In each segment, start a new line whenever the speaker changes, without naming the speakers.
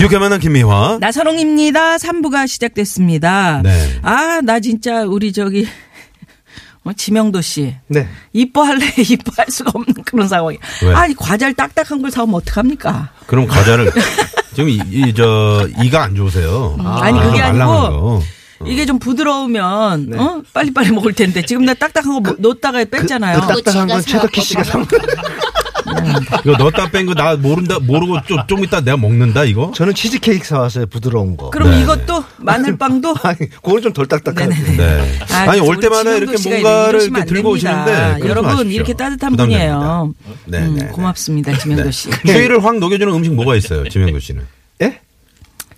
유쾌만한 김미화.
나선홍입니다. 3부가 시작됐습니다.
네.
아, 나 진짜 우리 저기 어, 지명도 씨.
네.
이뻐할래 이뻐할 수가 없는 그런 상황이.
왜?
아니 과자를 딱딱한 걸 사오면 어떡합니까?
그럼 과자를 지금 이, 이, 저 이가 안 좋으세요.
음. 아니, 그게
좀 말랑한
아니고
거.
이게 좀 부드러우면
네.
어? 빨리빨리 먹을 텐데 지금 나 딱딱한 거
그
뭐- 놓다가 뺐잖아요.
딱딱한 건 최덕희 씨가 상.
이거 넣었다 뺀 거 나 모른다 모르고 좀, 좀 이따 내가 먹는다 이거.
저는 치즈케이크 사왔어요. 부드러운 거.
그럼 이것도 마늘빵도
아니, 그거는 좀 덜 딱딱한데.
네.
아,
아니 올
우리
때마다
지명도
이렇게
씨가
뭔가를 이렇게
이러시면 안
들고
됩니다.
오시는데 그러지
여러분
마십시오.
이렇게 따뜻한
부담됩니다.
분이에요.
네,
음,
네, 네.
고맙습니다 지명도 씨.
추위를 확 녹여주는 음식 뭐가 있어요, 지명도 씨는?
예?
네.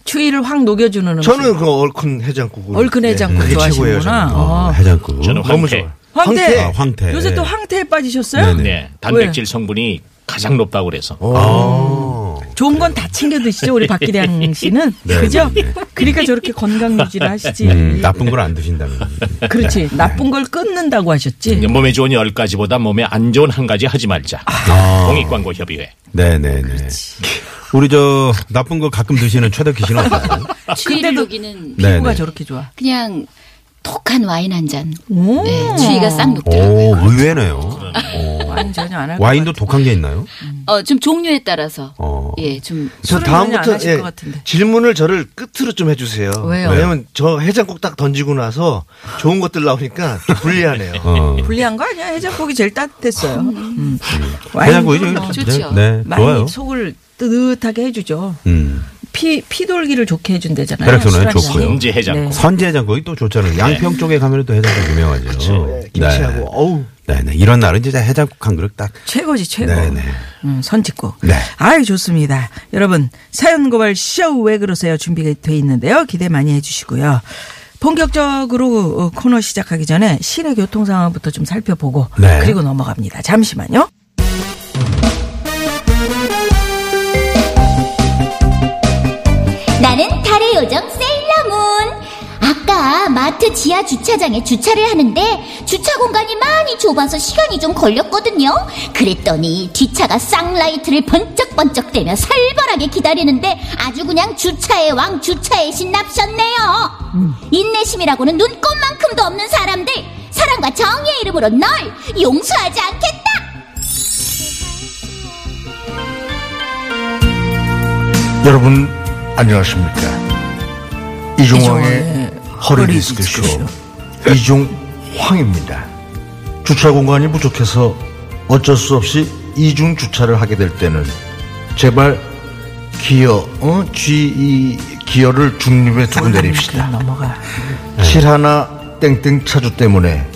추위를 확 녹여주는 음식.
저는 그 얼큰 해장국.
얼큰 해장국
그게 최고예요.
좋아하시는구나.
저는.
어, 해장국.
너무
황태.
좋아요.
황태.
아, 황태.
요새 또 황태에 빠지셨어요?
네네.
네, 단백질 성분이 가장 높다고 그래서.
어.
좋은 건 다 챙겨 드시죠 우리 박기량 씨는
네,
그죠?
네, 네.
그러니까 저렇게 건강 유지를 하시지.
음, 나쁜 네. 걸 안 드신다면.
그렇지 나쁜 걸 끊는다고
네.
하셨지.
몸에 좋은 열 가지보다 몸에 안 좋은 한 가지 하지 말자.
아.
공익광고 협의회.
네네네. 우리 저 나쁜 거 가끔 드시는 최덕희 씨는 어떠세요?
추위를 녹이는
음, 네네.
피부가 저렇게 좋아.
그냥 톡한 와인 한 잔.
오.
네, 추위가 싹 녹더라고요.
오, 어, 의외네요. 오.
와인 전혀 안할것
와인도 독한 게 있나요?
어, 좀 종류에 따라서
어.
예, 좀
저
술을 많이 안
다음부터 예,
하실 것 같은데.
질문을 저를 끝으로 좀 해주세요.
왜요?
왜냐면 저 해장국 딱 던지고 나서 좋은 것들 나오니까 좀 불리하네요.
어.
불리한 거 아니야? 해장국이 제일 따뜻했어요. 음.
해장국이
와인도
좀-
좋죠.
네,
많이
좋아요.
속을 뜨뜻하게 해주죠.
음.
피 피돌기를 좋게 해준대잖아요.
혈액순환에
술안잔이.
좋고요.
범지 해장국.
선지 해장국이 또 좋잖아요. 양평 쪽에 가면 또 해장국 유명하죠.
예, 김치하고 어우
네. 네네. 이런 날은 진짜 해장국 한 그릇 딱.
최고지 최고.
네네.
음, 선짓국.
네.
아유 좋습니다. 여러분 사연 고발 쇼 왜 그러세요 준비가 돼 있는데요. 기대 많이 해주시고요. 본격적으로 어, 코너 시작하기 전에 시내 교통 상황부터 좀 살펴보고
네.
그리고 넘어갑니다. 잠시만요.
나는 달의 요정 세일러문. 아까 마트 지하 주차장에 주차를 하는데 주차 공간이 많이 좁아서 시간이 좀 걸렸거든요. 그랬더니 뒷차가 쌍라이트를 번쩍번쩍 대며 살벌하게 기다리는데 아주 그냥 주차의 왕 주차의 신 납셨네요.
음.
인내심이라고는 눈꼽만큼도 없는 사람들 사랑과 정의의 이름으로 널 용서하지 않겠다.
여러분 안녕하십니까?
이종황의 허리디스크 허리디스크 쇼.
네.
이종황입니다. 주차 공간이 부족해서 어쩔 수 없이 이중 주차를 하게 될 때는 제발 기어 어? G E 기어를 중립에 두고 내립시다.
그냥 넘어가.
7 하나 땡땡 차주 때문에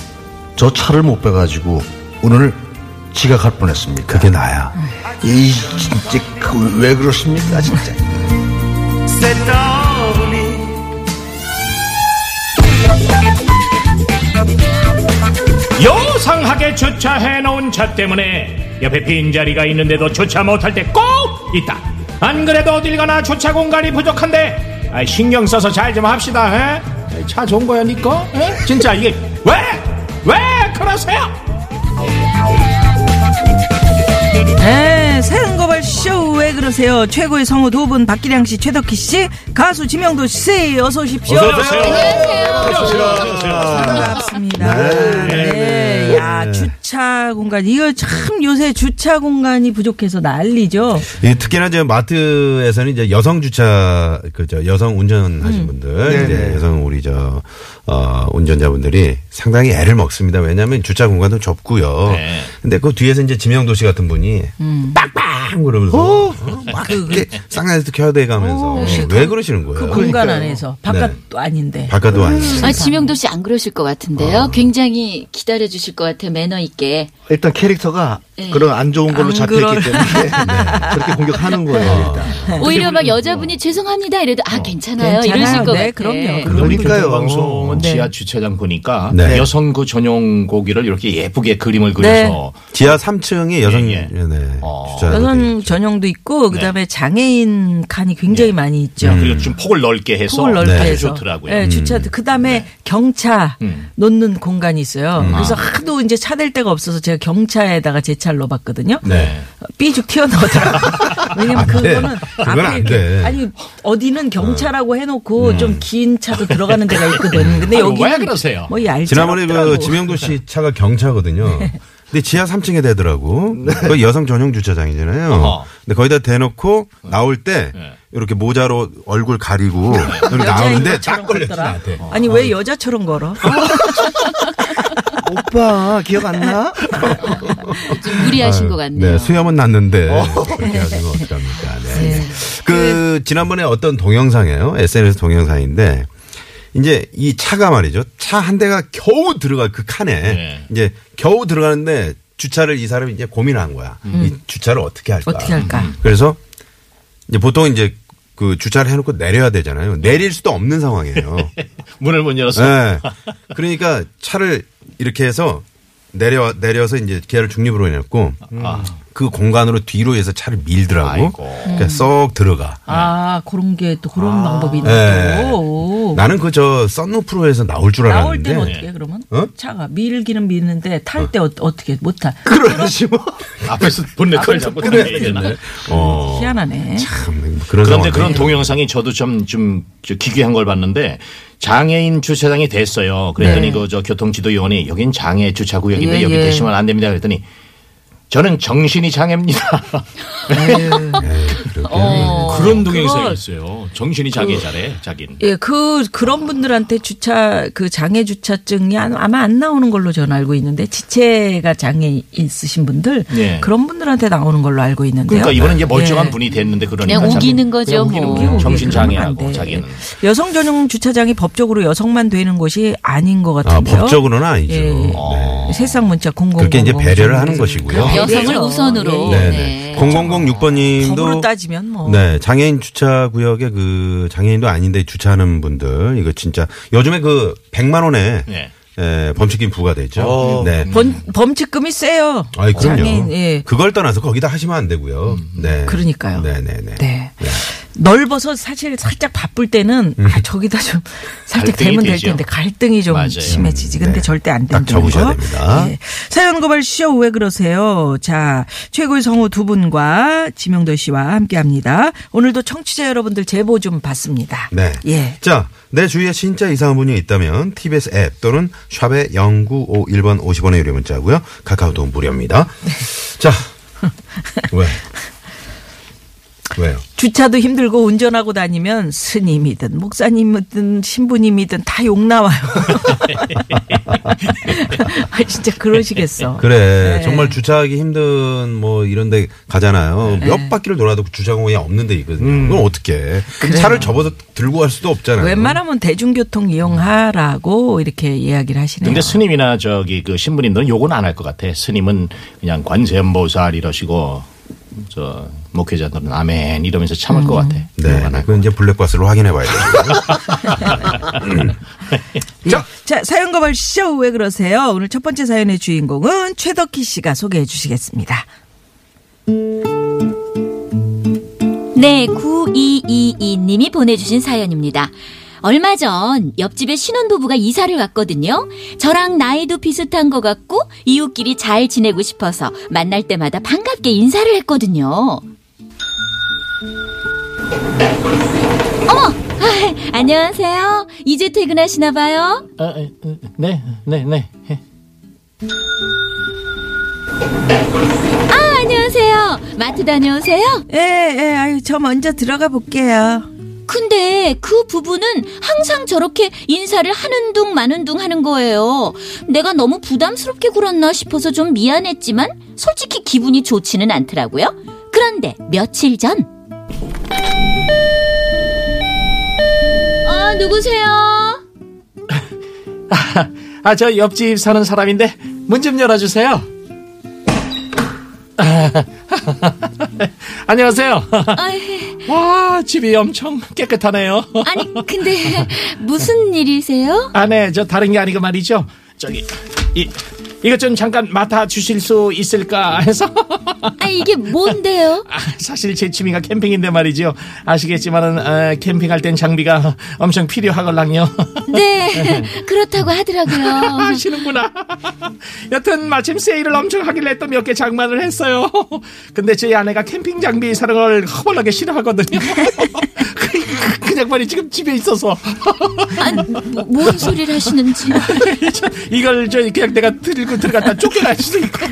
저 차를 못 빼가지고 오늘 지각할 뻔했습니다.
그게 나야.
이 진짜 그왜 그러십니까 진짜.
요상하게 주차해 놓은 차 때문에 옆에 빈자리가 있는데도 주차 못할 때 꼭 있다. 안 그래도 어딜 가나 주차 공간이 부족한데 아이, 신경 써서 잘 좀 합시다. 에? 아이, 차 좋은 거야 니꺼? 진짜 이게 왜? 왜 그러세요?
네, 사연 고발 쇼 왜 그러세요? 최고의 성우 두 분 박기량 씨, 최덕희 씨, 가수 지명도 씨 어서 오십시오. 반갑습니다. 네. 야, 주차 공간. 이거 참 요새 주차 공간이 부족해서 난리죠.
예, 특히나 이제 마트에서는 이제 여성 주차 그저 여성 운전하신 분들 이제 여성 우리 저 어, 운전자분들이 상당히 애를 먹습니다. 왜냐하면 주차 공간도 좁고요.
네.
근데 그 뒤에서 이제 지명도 씨 같은 분이 빡빡 그러면서 어, 막 이렇게 쌍라이트 켜야 돼 가면서 왜 그러시는 거예요?
공간 안에서
네.
바깥도 아닌데.
바깥도
음.
아니고
아, 지명도 씨 안 그러실 것 같은데요. 굉장히 기다려 주실 것 같아요. 매너 있게.
일단 캐릭터가
네.
그런 안 좋은 걸로
예. 안
잡혀있기
그럴-
때문에 그렇게 공격하는 거예요. 일단.
오히려 막 여자분이 죄송합니다 이래도 아 괜찮아요,
음. 어. 괜찮아요.
이러실 것
네,
같아.
그럼요. 그럼-
그러니까요.
방송은
네.
지하 주차장 보니까
네.
여성 그 전용 고기를 이렇게 예쁘게 그림을 그려서
지하 3층에 여성
예, 예.
네,
어.
주차
여성 전용도 있고 그다음에 장애인 칸이 굉장히 많이 있죠.
그리고 좀 폭을 넓게 해서
네. 폭을 넓게
음. 아주
해서
좋더라고요.
네, 주차 그다음에 경차
음.
놓는 공간이 있어요. 그래서 하도 이제 차 댈 데가 없어서 제가 경차에다가 제 차를 넣어봤거든요.
네.
삐죽 튀어나오더라고. 왜냐면
안 돼.
그거는
그건
앞에
안
이렇게
돼.
아니 어디는 경차라고 해놓고 좀 긴 차도 들어가는 데가 있거든. 근데
아,
여기
왜 그러세요?
뭐 얇지
지난번에 그
않더라고.
지명도 씨 차가 경차거든요. 근데 지하 3층에 대더라고.
네.
그 여성 전용 주차장이잖아요.
어허.
근데 거기다 대놓고 나올 때
네.
이렇게 모자로 얼굴 가리고 이렇게
네. 여자인
나오는데
것처럼
딱 걸렸지
걷더라.
나한테.
아니 왜 여자처럼 걸어?
오빠 기억 안 나?
좀 무리하신
아,
것 같네요.
네, 수염은 났는데 그렇게 하시면 어떡합니까? 네. 그 지난번에 어떤 동영상이에요. SNS 동영상인데 이제 이 차가 말이죠. 차 한 대가 겨우 들어갈 그 칸에
네.
이제 겨우 들어가는데 주차를 이 사람이 이제 고민한 거야. 이 주차를 어떻게 할까? 음.
어떻게 할까?
그래서 이제 보통 이제 그 주차를 해놓고 내려야 되잖아요. 내릴 수도 없는 상황이에요.
문을 못 열었어요.
예. 그러니까 차를 이렇게 해서 내려 내려서 이제 기아를 중립으로 해놨고
아.
그 공간으로 뒤로 해서 차를 밀더라고.
아이고.
그러니까 쏙 들어가.
아 그런 게 또 그런 방법이 있네.
예.
또.
나는 그 저 썬루프로에서 나올 줄
나올
알았는데
때는 어떻게 그러면?
어?
차가 밀기는 미는데 탈 때 어. 떻게못 타?
그러지 뭐.
앞에서 본네트를 잡고 다녀야 되나?
어.
희한하네.
참 그런
그런데
상황.
그런 동영상이 저도 좀, 좀, 저 기괴한 걸 봤는데 장애인 주차장이 됐어요. 그랬더니
네.
그 저 교통지도요원이 여긴 장애 주차구역인데
예,
여기
예.
계시면 안 됩니다. 그랬더니 저는 정신이 장애입니다.
예.
그런 동영상이
그걸-
있어요. 정신이 장애 잘해, 자긴.
예, 그 그런 분들한테 주차 그 장애 주차증이 안- 아마 안 나오는 걸로 저는 알고 있는데 지체가 장애 있으신 분들
예.
그런 분들한테 나오는 걸로 알고 있는데요.
그러니까 이번엔 이제 멀쩡한
예.
분이 됐는데 그러니까
그냥
자기-
우기는 거죠,
그냥 우기는
뭐.
거예요.
어, 그게
정신
그러면 안
장애하고
돼.
자기는
여성 전용 주차장이 법적으로 여성만 되는 곳이 아닌 것
아,
같은데요.
법적으로는 아니죠.
예.
어.
네.
세상 문자 공공 그렇죠.
그렇게 이제 배려를 하는 것이고요.
여성을
그래서,
우선으로.
네,
네.
네. 0006번님도
법으로 따지면 뭐
네, 장애인 주차 구역에 그 장애인도 아닌데 주차하는 분들 이거 진짜 요즘에 그 100만 원에
네.
에, 범칙금 부과되죠.
어.
네.
범, 범칙금이 세요.
아이 그럼요.
장애인, 예. 음,
그걸 떠나서 거기다 하시면 안 되고요. 네.
그러니까요.
네, 네, 네. 음.
네. 넓어서 사실 살짝 바쁠 때는 아 저기다 좀 살짝
갈등이
대면 될
되죠.
텐데 갈등이 좀
맞아요.
심해지지. 근데
네.
절대 안
딱
된다는
적으셔야
거.
됩니다.
예. 사연 고발 쇼 왜 그러세요? 자 최고의 성우 두 분과 지명도 씨와 함께합니다. 오늘도 청취자 여러분들 제보 좀 받습니다.
네.
예.
자, 내 주위에 진짜 이상한 분이 있다면 TBS 앱 또는 샵의 0951번 50원의 유료 문자고요. 카카오톡 무료입니다. 자. 왜? 왜요?
주차도 힘들고 운전하고 다니면 스님이든 목사님이든 신부님이든 다 욕 나와요. 아 진짜 그러시겠어.
그래
네.
정말 주차하기 힘든 뭐 이런데 가잖아요
네.
몇 바퀴를 돌아도 주차공간이 없는데 이거든요 그럼 어떻게 차를 접어서 들고 갈 수도 없잖아요
음. 웬만하면 대중교통 이용하라고 이렇게 이야기를 하시네요.
근데 스님이나 저기 그 신부님들은 욕은 안 할 것 같아. 스님은 그냥 관세음보살 이러시고 저 목회자들은 아멘 이러면서 참을 것 같아. 욕
네
안 할.
그건 이제 블랙박스로 확인해 봐야 돼요
예. 자, 사연과 벌쇼 왜 그러세요? 오늘 첫 번째 사연의 주인공은 최덕희 씨가 소개해 주시겠습니다.
네, 9222님이 보내주신 사연입니다. 얼마 전 옆집에 신혼부부가 이사를 왔거든요. 저랑 나이도 비슷한 것 같고 이웃끼리 잘 지내고 싶어서 만날 때마다 반갑게 인사를 했거든요. 어머, 아, 안녕하세요. 이제 퇴근하시나 봐요.
아, 아, 네, 네, 네. 예.
아, 안녕하세요. 마트 다녀오세요.
예, 예, 아유, 저 먼저 들어가 볼게요.
근데 그 부부는 항상 저렇게 인사를 하는 둥 마는 둥 하는 거예요. 내가 너무 부담스럽게 굴었나 싶어서 좀 미안했지만 솔직히 기분이 좋지는 않더라고요. 그런데 며칠 전
아, 누구세요?
아, 저 옆집 사는 사람인데 문 좀 열어주세요. 안녕하세요.
아이,
와, 집이 엄청 깨끗하네요.
아니, 근데 무슨 일이세요?
아, 네, 저 다른 게 아니고 말이죠. 저기, 이, 이것 좀 잠깐 맡아주실 수 있을까 해서.
아, 이게 뭔데요?
아, 사실 제 취미가 캠핑인데 말이죠. 아시겠지만은, 아, 캠핑할 땐 장비가 엄청 필요하걸랑요.
네, 그렇다고 하더라고요.
아시는구나. 여튼 마침 세일을 엄청 하길래 또 몇 개 장만을 했어요. 근데 제 아내가 캠핑 장비 사는 걸 허벌나게 싫어하거든요. 그- 그냥 말이 지금 집에 있어서
아, 뭐- 뭔 소리를 하시는지.
이걸 저 그냥 내가 들고 들어갔다 쫓겨날 수도 있고.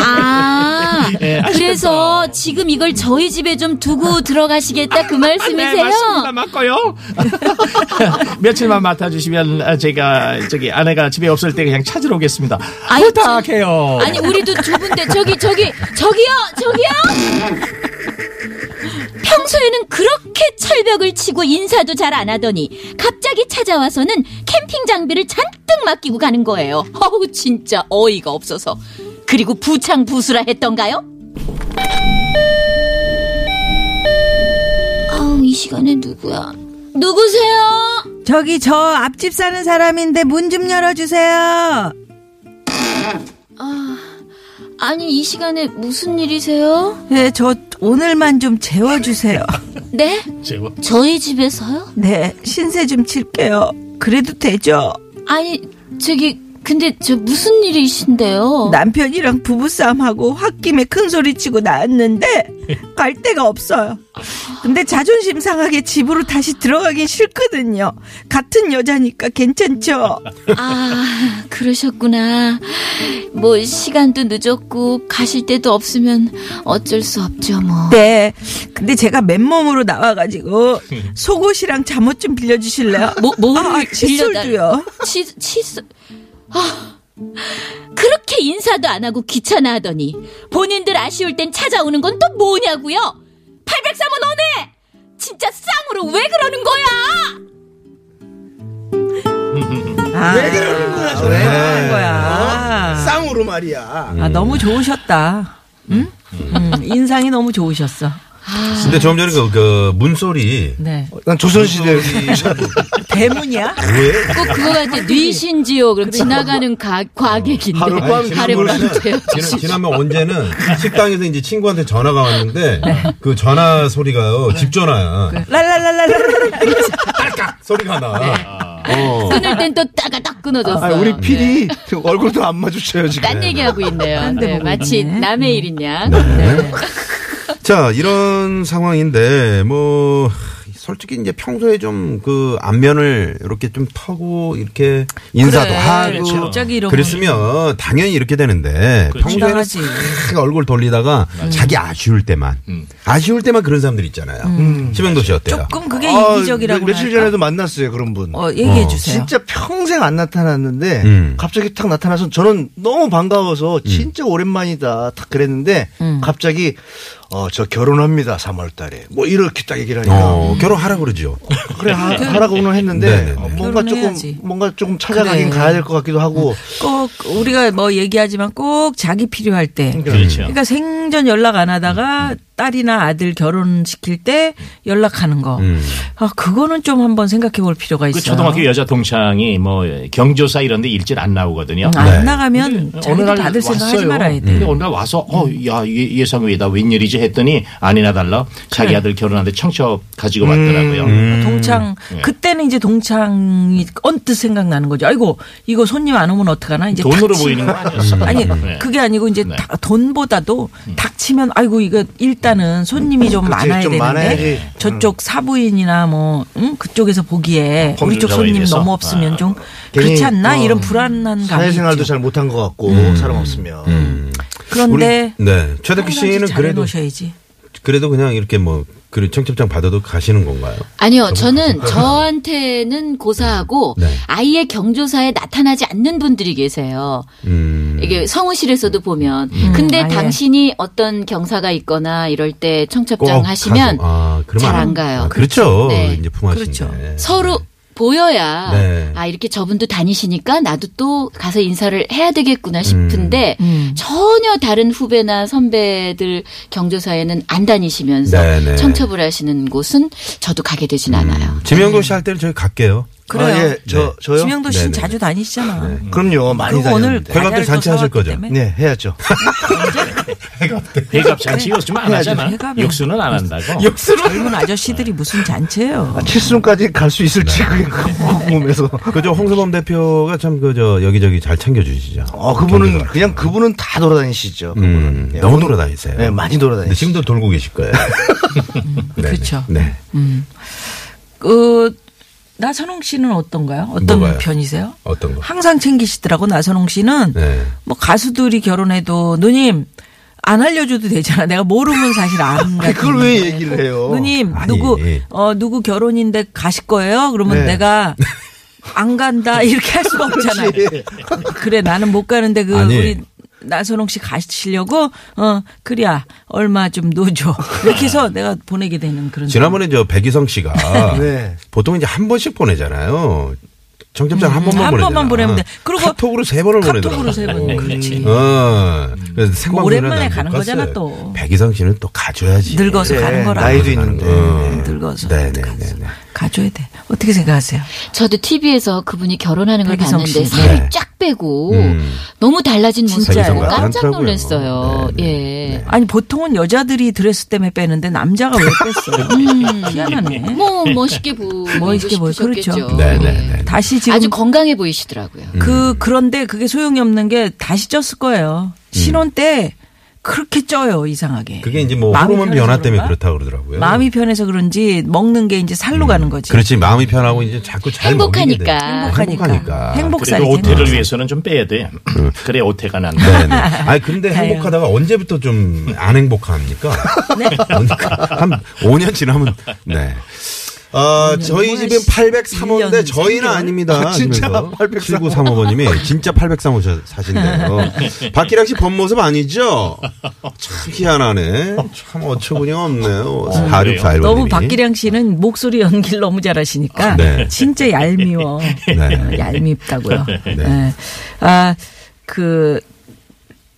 아,
예, 아시겠죠?
그래서 지금 이걸 저희 집에 좀 두고 들어가시겠다 그
네,
말씀이세요?
맞습니다. 맞고요. 며칠만 맡아주시면 제가 저기 아내가 집에 없을 때 그냥 찾으러 오겠습니다.
아유,
부탁해요.
아니 우리도 두 분데 저기 저기 저기요 저기요
평소에는 그렇게 철벽을 치고 인사도 잘 안 하더니 갑자기 찾아와서는 캠핑 장비를 잔뜩 맡기고 가는 거예요.
어우 진짜 어이가 없어서
그리고 부창부수라 했던가요? 아우 이 시간에 누구야?
누구세요?
저기 저 앞집 사는 사람인데 문 좀 열어주세요.
아니 이 시간에 무슨 일이세요?
네, 저 오늘만 좀 재워주세요.
네?
제가
저희 집에서요?
네, 신세 좀 칠게요. 그래도 되죠?
아니 저기 근데 저 무슨 일이신데요?
남편이랑 부부싸움하고 홧김에 큰소리치고 나왔는데 갈 데가 없어요. 근데 자존심 상하게 집으로 다시 들어가긴 싫거든요. 같은 여자니까 괜찮죠?
아 그러셨구나 뭐 시간도 늦었고 가실 데도 없으면 어쩔 수 없죠 뭐
네. 근데 제가 맨몸으로 나와가지고 속옷이랑 잠옷 좀 빌려주실래요?
뭐, 뭐를
아,
빌려달-
칫솔도요.
치, 칫솔. 아, 그렇게 인사도 안 하고 귀찮아 하더니, 본인들 아쉬울 땐 찾아오는 건 또 뭐냐고요? 803호 너네! 진짜 쌍으로 왜 그러는 거야!
아, 왜 그러는 거야? 왜
네.
그러는 거야?
어? 쌍으로 말이야.
아, 너무 좋으셨다. 응? 음, 인상이 너무 좋으셨어.
근데 조금 전에 그, 그 문소리.
네.
난 조선시대
대문이야?
꼭 그거 같아. 뉘신지요. 그럼
그러니까
지나가는
뭐
가, 과객인데. 하룻밤 돼요.
지난, 지난번 언제는 식당에서 이제 친구한테 전화가 왔는데 그 전화 소리가요 집 전화야
랄랄랄랄랄.
소리가 나. 어.
끊을 땐 또 따가닥 끊어졌어.
아, 우리 PD 얼굴도 안 마주쳐요 지금.
딴 얘기하고 있네요.
데
네,
보고
마치
있네.
남의 일인 양.
네. 자 이런 상황인데 뭐 솔직히 이제 평소에 좀 그 안면을 이렇게 좀 터고 이렇게 인사도 하고
그렇죠.
갑자기 이런 그렇죠.
그랬으면 당연히 이렇게 되는데 평소에는
당당하지.
싹 얼굴 돌리다가 자기 아쉬울 때만
음.
아쉬울 때만 그런 사람들 있잖아요. 심영도 씨 어때요?
조금 그게
아,
이기적이라고.
며, 며칠 전에도 만났어요 그런 분.
어, 얘기해 주세요.
진짜 평생 안 나타났는데
예. 음.
갑자기 탁 나타나서 저는 너무 반가워서 진짜 오랜만이다 탁 그랬는데
음.
갑자기 어, 저 결혼합니다 3월달에 뭐 이렇게 딱 얘기를 하니까
어, 결혼하라 그러죠.
그래 하, 하라고는 했는데
네네네.
어, 뭔가 조금
네. 결혼해야지.
뭔가 조금 찾아가긴
그래. 음.
가야 될 것 같기도 하고
꼭 우리가 뭐 얘기하지만 꼭 자기 필요할 때.
그렇죠.
그러니까 생전 연락 안 하다가 딸이나 아들 결혼시킬 때 연락하는 거.
음.
아, 그거는 좀 한번 생각해 볼 필요가 있어요.
그 초등학교 여자 동창이 뭐 경조사 이런 데 일찍 안 나오거든요. 네.
안 나가면 아, 자기도 받을 생각하지 말아야 돼.
근데 어느 날 와서 어야 예상 외다 웬일이지 했더니 아니나 달라 자기 아들 결혼하는데 청첩 가지고 왔더라고요.
음. 동창
예.
그때는 이제 동창이 언뜻 생각나는 거죠. 아이고 이거 손님 안 오면 어떡하나 이제
돈으로
닥치면.
보이는 거 아니었어요?
아니
네.
그게 아니고 이제
네.
다- 돈보다도
음.
닥치면 아이고 이거 일단은 손님이 좀
음. 그렇지,
많아야
좀
되는데
많아야지. 음.
저쪽 사부인이나 뭐 응? 그쪽에서
아,
보기에
법률
우리 쪽 손님
자원에서.
너무 없으면
아.
좀 그렇지
괜히,
않나
어,
이런 불안한 감이
사회생활도
있죠.
잘 못한
음.
것 같고 사람 없으면
그런데
우리- 네. 최덕기
평상시
씨는
잘
그래도
아,
해놓으셔야지.
그래도 그냥 이렇게 뭐, 그 청첩장 받아도 가시는 건가요?
아니요, 저는 저한테는 고사하고
네.
아이의 경조사에 나타나지 않는 분들이 계세요.
음.
이게 성우실에서도 보면. 근데
음,
아, 예.
당신이 어떤 경사가 있거나 이럴 때 청첩장
꼭
하시면
가서- 아, 그러면
잘안
안-
가요.
아, 그렇죠.
네. 그렇죠.
이제 품하신데.
서로 보여야
네.
아 이렇게 저분도 다니시니까 나도 또 가서 인사를 해야
음.
되겠구나 싶은데
음.
전혀 다른 후배나 선배들 경조사에는 안 다니시면서
네, 음. 네.
청첩을 하시는 곳은 저도 가게 되진 않아요.
지명도 씨 할 때는 저희 갈게요.
그래요. 아, 예, 저 저요.
지명도 씨는
네네.
자주 다니시잖아.
그럼요. 많이
그리고 오늘
다녔는데.
별감들
과자를 또
잔치하실
사왔기
거죠?
때문에.
네, 해야죠.
회갑잔치 요즘 안 하잖아.
회갑이-
육수는 안 한다고.
젊은
네.
아저씨들이 무슨 잔치예요?
칠순까지 갈 수 있을지 그게 궁금해서.
그저 홍서범 대표가 참 그저 여기저기 잘 챙겨주시죠.
어, 그분은 그냥 그분은 다 돌아다니시죠. 그분은.
음,
네,
너무
오늘-
돌아다니세요.
네, 많이
근데
돌아다니시죠.
지금도 돌고 계실 거예요. 네네.
그렇죠.
네.
그 나선홍 씨는 어떤가요? 어떤
뭐가요?
편이세요?
어떤 거?
항상 챙기시더라고 나선홍 씨는
네.
뭐 가수들이 결혼해도 누님 안 알려줘도 되잖아. 내가 모르면 사실 안. 가르치는
그걸 왜
거예요.
얘기를 해요?
누님
아니.
누구 어 누구 결혼인데 가실 거예요? 그러면
네.
내가 안 간다 이렇게 할 수가 없잖아요. 그래 나는 못 가는데 그
아니.
우리 나선홍 씨 가시려고 어 그래야 얼마 좀 넣어줘 이렇게 해서 내가 보내게 되는 그런
지난번에 저 백이성 씨가
네.
보통 이제 한 번씩 보내잖아요. 청첩장 한 번만
음, 한
보내잖아.
번만 보내면 돼. 그리고
카톡으로 세 번을 보내더라고. 네,
카톡으로 세 번. 음, 그렇지.
어. 그래서 생방송이라
오랜만에
난못
가는
갔어요.
거잖아, 또.
백이성 씨는 또 가줘야지.
늙어서
네,
가는 거라.
나이도 있는데.
어.
늙어서
네네네.
가줘야 돼. 어떻게 생각하세요?
저도 TV에서 그분이 결혼하는 걸
백이성
봤는데
씨.
살이
네.
쫙 빼고
음.
너무 달라진 모습을
백이성
보고
같긴
깜짝
하더라고요.
놀랐어요.
네,
예.
아니 보통은 여자들이 드레스 때문에 빼는데 남자가 왜 뺐어요? 희한하네.
뭐 멋있게 보
멋있게 보여. 그렇죠.
음.
네네네.
다시 지금
아주 건강해 보이시더라고요.
그 그런데 그게 소용이 없는 게 다시 쪘을 거예요. 신혼 때 그렇게 쪄요 이상하게.
그게 이제 뭐
마음이
호르몬
편해서
변화 때문에
그런가?
그렇다고 그러더라고요.
마음이 편해서 그런지 먹는 게 이제 살로 가는 거지.
그렇지 마음이 편하고 이제 자꾸 잘 먹이게 돼.
행복하니까.
행복하니까.
행복하니까.
행복살이.
그래도 오태를 위해서는 좀 빼야 돼. 그래 오태가 난다.
네네. 아니 근데 행복하다가 언제부터 좀 안 행복합니까?
네.
한 5년 지나면 네. 어, 저희 집은 803호인데
음, 뭐 일 년, 삼
저희는
개월?
아닙니다.
아, 진짜 803 호.
7935번님이 진짜 803호 사- 사신대요. 박기락 씨 본 모습 아니죠? 참 희한하네. 참 어처구니 없네요. 4641번님이.
너무 박기량 씨는 목소리 연기를 너무 잘하시니까
네.
진짜 얄미워. 어, 얄밉다고요. 네. 아, 그,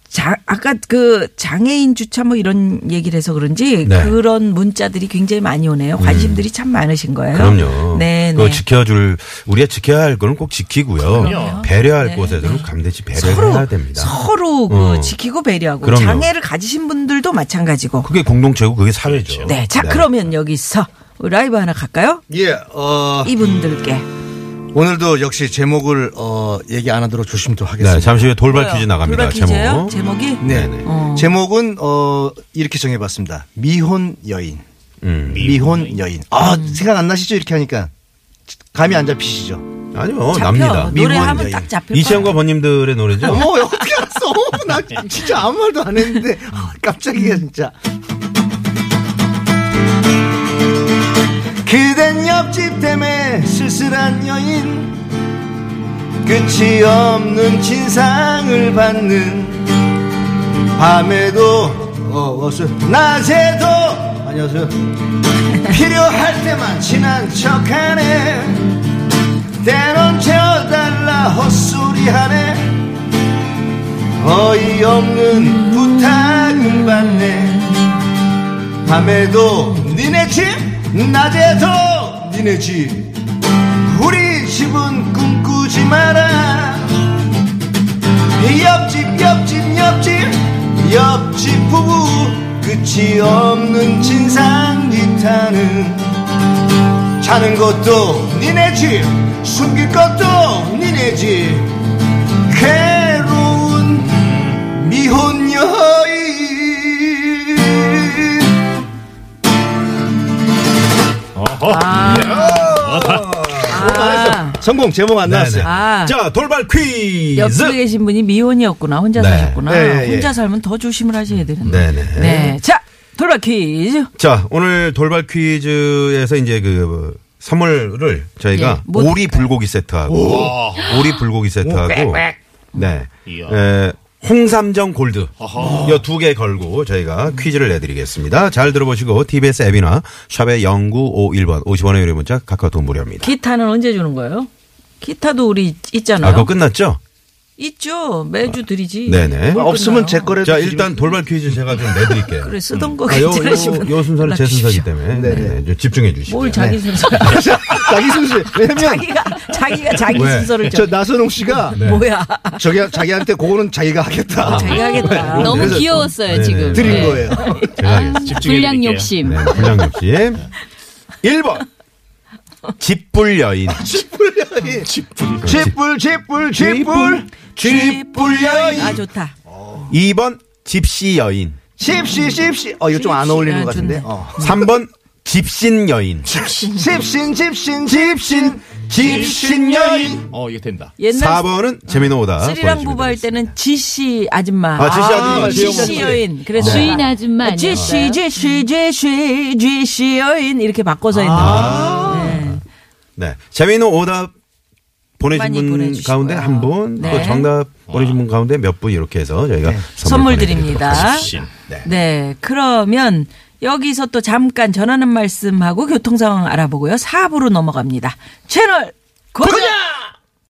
자, 아까 그 장애인 주차 뭐 이런 얘기를 해서 그런지
네. 음.
그런 문자들이 굉장히 많이 오네요. 관심들이 참 많으신 거예요.
그럼요.
네,
그거
네.
지켜줄 우리가 지켜야 할 거는 꼭 지키고요.
그럼요.
배려할 곳에서는 감대치 배려를 해야 됩니다.
네, 서로 그
어.
지키고 배려하고
그럼요.
장애를 가지신 분들도 마찬가지고.
그게 공동체고 그게 사회죠.
네. 자, 그러면 여기서 라이브 하나 갈까요?
예, 어,
이분들께.
음.
오늘도 역시 제목을 어, 얘기 안 하도록 조심하도록
네,
하겠습니다.
잠시 후에 돌발 퀴즈 나갑니다.
돌발 퀴즈예요?
제목.
제목이
네.
네네.
제목은 어 이렇게 정해봤습니다. 미혼 여인.
음.
미혼 여인. 아 생각 안 나시죠? 이렇게 하니까 감이 안 잡히시죠?
아니요, 어,
잡혀.
납니다.
노래-
노래하면
미모는
딱 잡힐
이시영과 번님들의 노래죠.
어머 어떻게 알았어? 어머, 나 진짜 아무 말도 안 했는데 아, 깜짝이야 진짜. 그댄 옆집 댐에 쓸쓸한 여인 끝이 없는 진상을 받는 밤에도 어 어서 낮에도 안녕하세요 필요할 때만 친한 척하네 때론 채워달라 헛소리하네 어이없는 부탁을 받네 밤에도 니네 집 낮에도 니네 집 우리 집은 꿈꾸지 마라 이 옆집 옆집 옆집 옆집 부부 끝이 없는 진상 짓하는 자는 것도 니네 집 숨길 것도 니네 집 괴로운 미혼 여인
어허.
아,
성공 제목 안 나왔어요
아.
네, 자, 돌발 퀴즈.
옆에 계신 분이 미혼이었구나 혼자
네.
사셨구나
예, 예, 예.
혼자 살면 더 조심을 하셔야 되는데
네네.
네. 자 돌발 퀴즈.
자, 오늘 돌발 퀴즈에서 이제 그 선물을 저희가
예, 뭐
오리 불고기 세트하고 오리 불고기 세트하고 네.
이야.
에, 홍삼정 골드 이두 개 걸고 저희가 퀴즈를 내드리겠습니다. 잘 들어보시고 TBS 앱이나 샵의 0951번 50원의 유료 문자 카카오톡 무료입니다.
기타는 언제 주는 거예요? 기타도 우리
아,
있잖아요.
그거 끝났죠? 아,
있죠. 매주 드리지.
네네.
뭘 끝나요?
없으면 제 거라도
자,
드리면-
일단 돌발 퀴즈 제가 좀 내드릴게요.
그래 쓰던 거
아, 요, 요,
괜찮으시면
요 순서는 제 순서이기 때문에 네네. 아, 좀 집중해 주시고요.
뭘 자기 순서
자기 순수 왜냐면
자기가 자기가 자기
왜?
순서를
저
저
나선홍 씨가
네.
뭐야
저기 자기한테 그거는 자기가 하겠다
아, 자기 하겠다.
너무
그래서-
귀여웠어요
아, 네네.
지금.
드린
네.
거예요.
제가 하겠습니다.
아, 불량
드릴게요.
욕심.
네, 불량 역시. 1번. 집불 여인.
쥐뿔 쥐뿔 쥐뿔 쥐뿔
아
여인
좋다.
2번. 집시 여인.
십시 십시 어 이거 좀 안 어울리는 것
아, 좋네.
같은데 어.
3번. 집신 여인.
집신 집신 집신
집신 여인.
어, 이거 된다.
옛날
4번은 재미는 오다.
음. 스리랑
보여주시면
부부할
되겠습니다.
때는 지씨 아줌마.
아, 지씨 아줌마. 네.
지씨 여인. 그래서
주인 아줌마 아니에요?
지씨 지씨 지씨 지씨 여인 이렇게 바꿔서 했는데.
네. 재미는 오답 보내신
많이
분
보내주시고요.
가운데 한 분,
네.
또 정답 보내신 분 가운데 몇 분 이렇게 해서 저희가
선물
선물 보내드리도록
드립니다.
하겠습니다.
신.
네. 그러면 여기서 또 잠깐 전하는 말씀하고 교통 상황 알아보고요. 4부로 넘어갑니다. 채널 고정!